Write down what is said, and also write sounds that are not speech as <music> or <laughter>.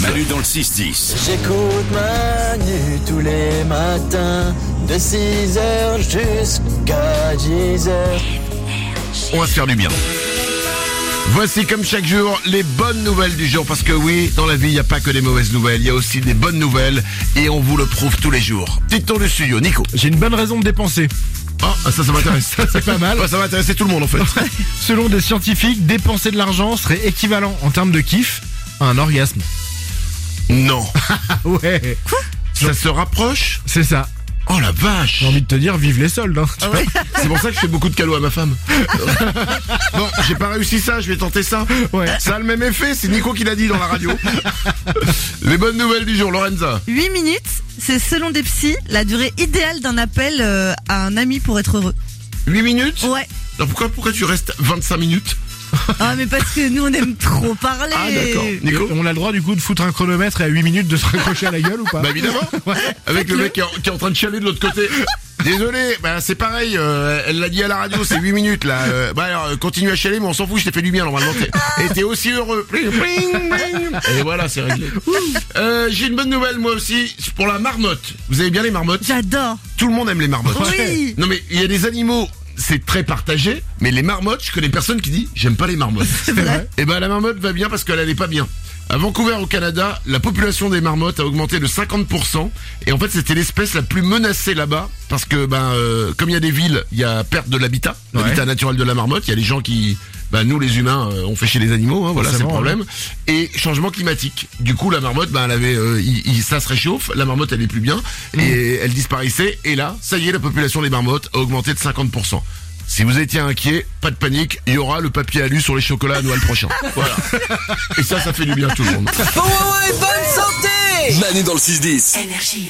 Manu dans le 6-10. J'écoute Manu tous les matins, de 6h jusqu'à 10h. On va se faire du bien. Voici comme chaque jour les bonnes nouvelles du jour parce que oui, dans la vie, il n'y a pas que des mauvaises nouvelles, il y a aussi des bonnes nouvelles et on vous le prouve tous les jours. Petit tour du studio, Nico. J'ai une bonne raison de <laughs> dépenser. Ah, ça, ça <laughs> m'intéresse. C'est pas mal. Ouais, ça va intéresser tout le monde en fait. <laughs> Selon des scientifiques, dépenser de l'argent serait équivalent en termes de kiff à un orgasme. <laughs> Non. Ah ouais, Ça se rapproche c'est ça. Oh la vache J'ai envie de te dire, vive les soldes. hein. Ah ouais C'est pour ça que je fais beaucoup de calots à ma <laughs> femme. bon, j'ai pas réussi ça, je vais tenter ça. Ouais. Ça a le même effet, c'est Nico qui l'a dit dans la radio. <laughs> Les bonnes nouvelles du jour, Lorenza. 8 minutes, c'est selon des psys la durée idéale d'un appel euh, à un ami pour être heureux. 8 minutes Ouais. Alors pourquoi, pourquoi tu restes 25 minutes Ah mais parce que nous on aime trop parler. Ah d'accord. Nico On a le droit du coup de foutre un chronomètre et à 8 minutes de se raccrocher à la gueule ou pas Bah <laughs> évidemment Avec le mec qui est, en, qui est en train de chialer de l'autre côté. <laughs> Désolé, bah c'est pareil, euh, elle l'a dit à la radio, c'est 8 minutes là. Euh, bah alors euh, continue à chialer mais on s'en fout, je t'ai fait du bien normalement. t'es- Et t'es aussi heureux. Pling, pling, pling. Et voilà, c'est réglé. Euh, J'ai une bonne nouvelle moi aussi, c'est pour la marmotte. Vous avez bien les marmottes J'adore. Tout le monde aime les marmottes. Oui. <laughs> Non mais il y a des animaux, c'est très partagé, mais les marmottes, je connais personne qui dit j'aime pas les marmottes. <laughs> C'est vrai. Eh ben la marmotte va bien parce qu'elle allait pas bien. À Vancouver au Canada, la population des marmottes a augmenté de 50% et en fait c'était l'espèce la plus menacée là-bas parce que ben euh, comme il y a des villes, il y a perte de l'habitat, l'habitat naturel de la marmotte, il y a les gens qui ben, nous les humains euh, on fait chez les animaux, hein, voilà c'est le Forcément, problème. Et changement climatique. Du coup la marmotte ben elle avait euh, il- il- ça se réchauffe, la marmotte elle est plus bien et elle disparaissait et là ça y est la population des marmottes a augmenté de 50%. Si vous étiez inquiet, pas de panique, il y aura le papier alu sur les chocolats à Noël prochain. Voilà. Et ça, ça fait du bien à tout le monde. Bon moment et bonne santé Manu dans le 6-10. Énergie.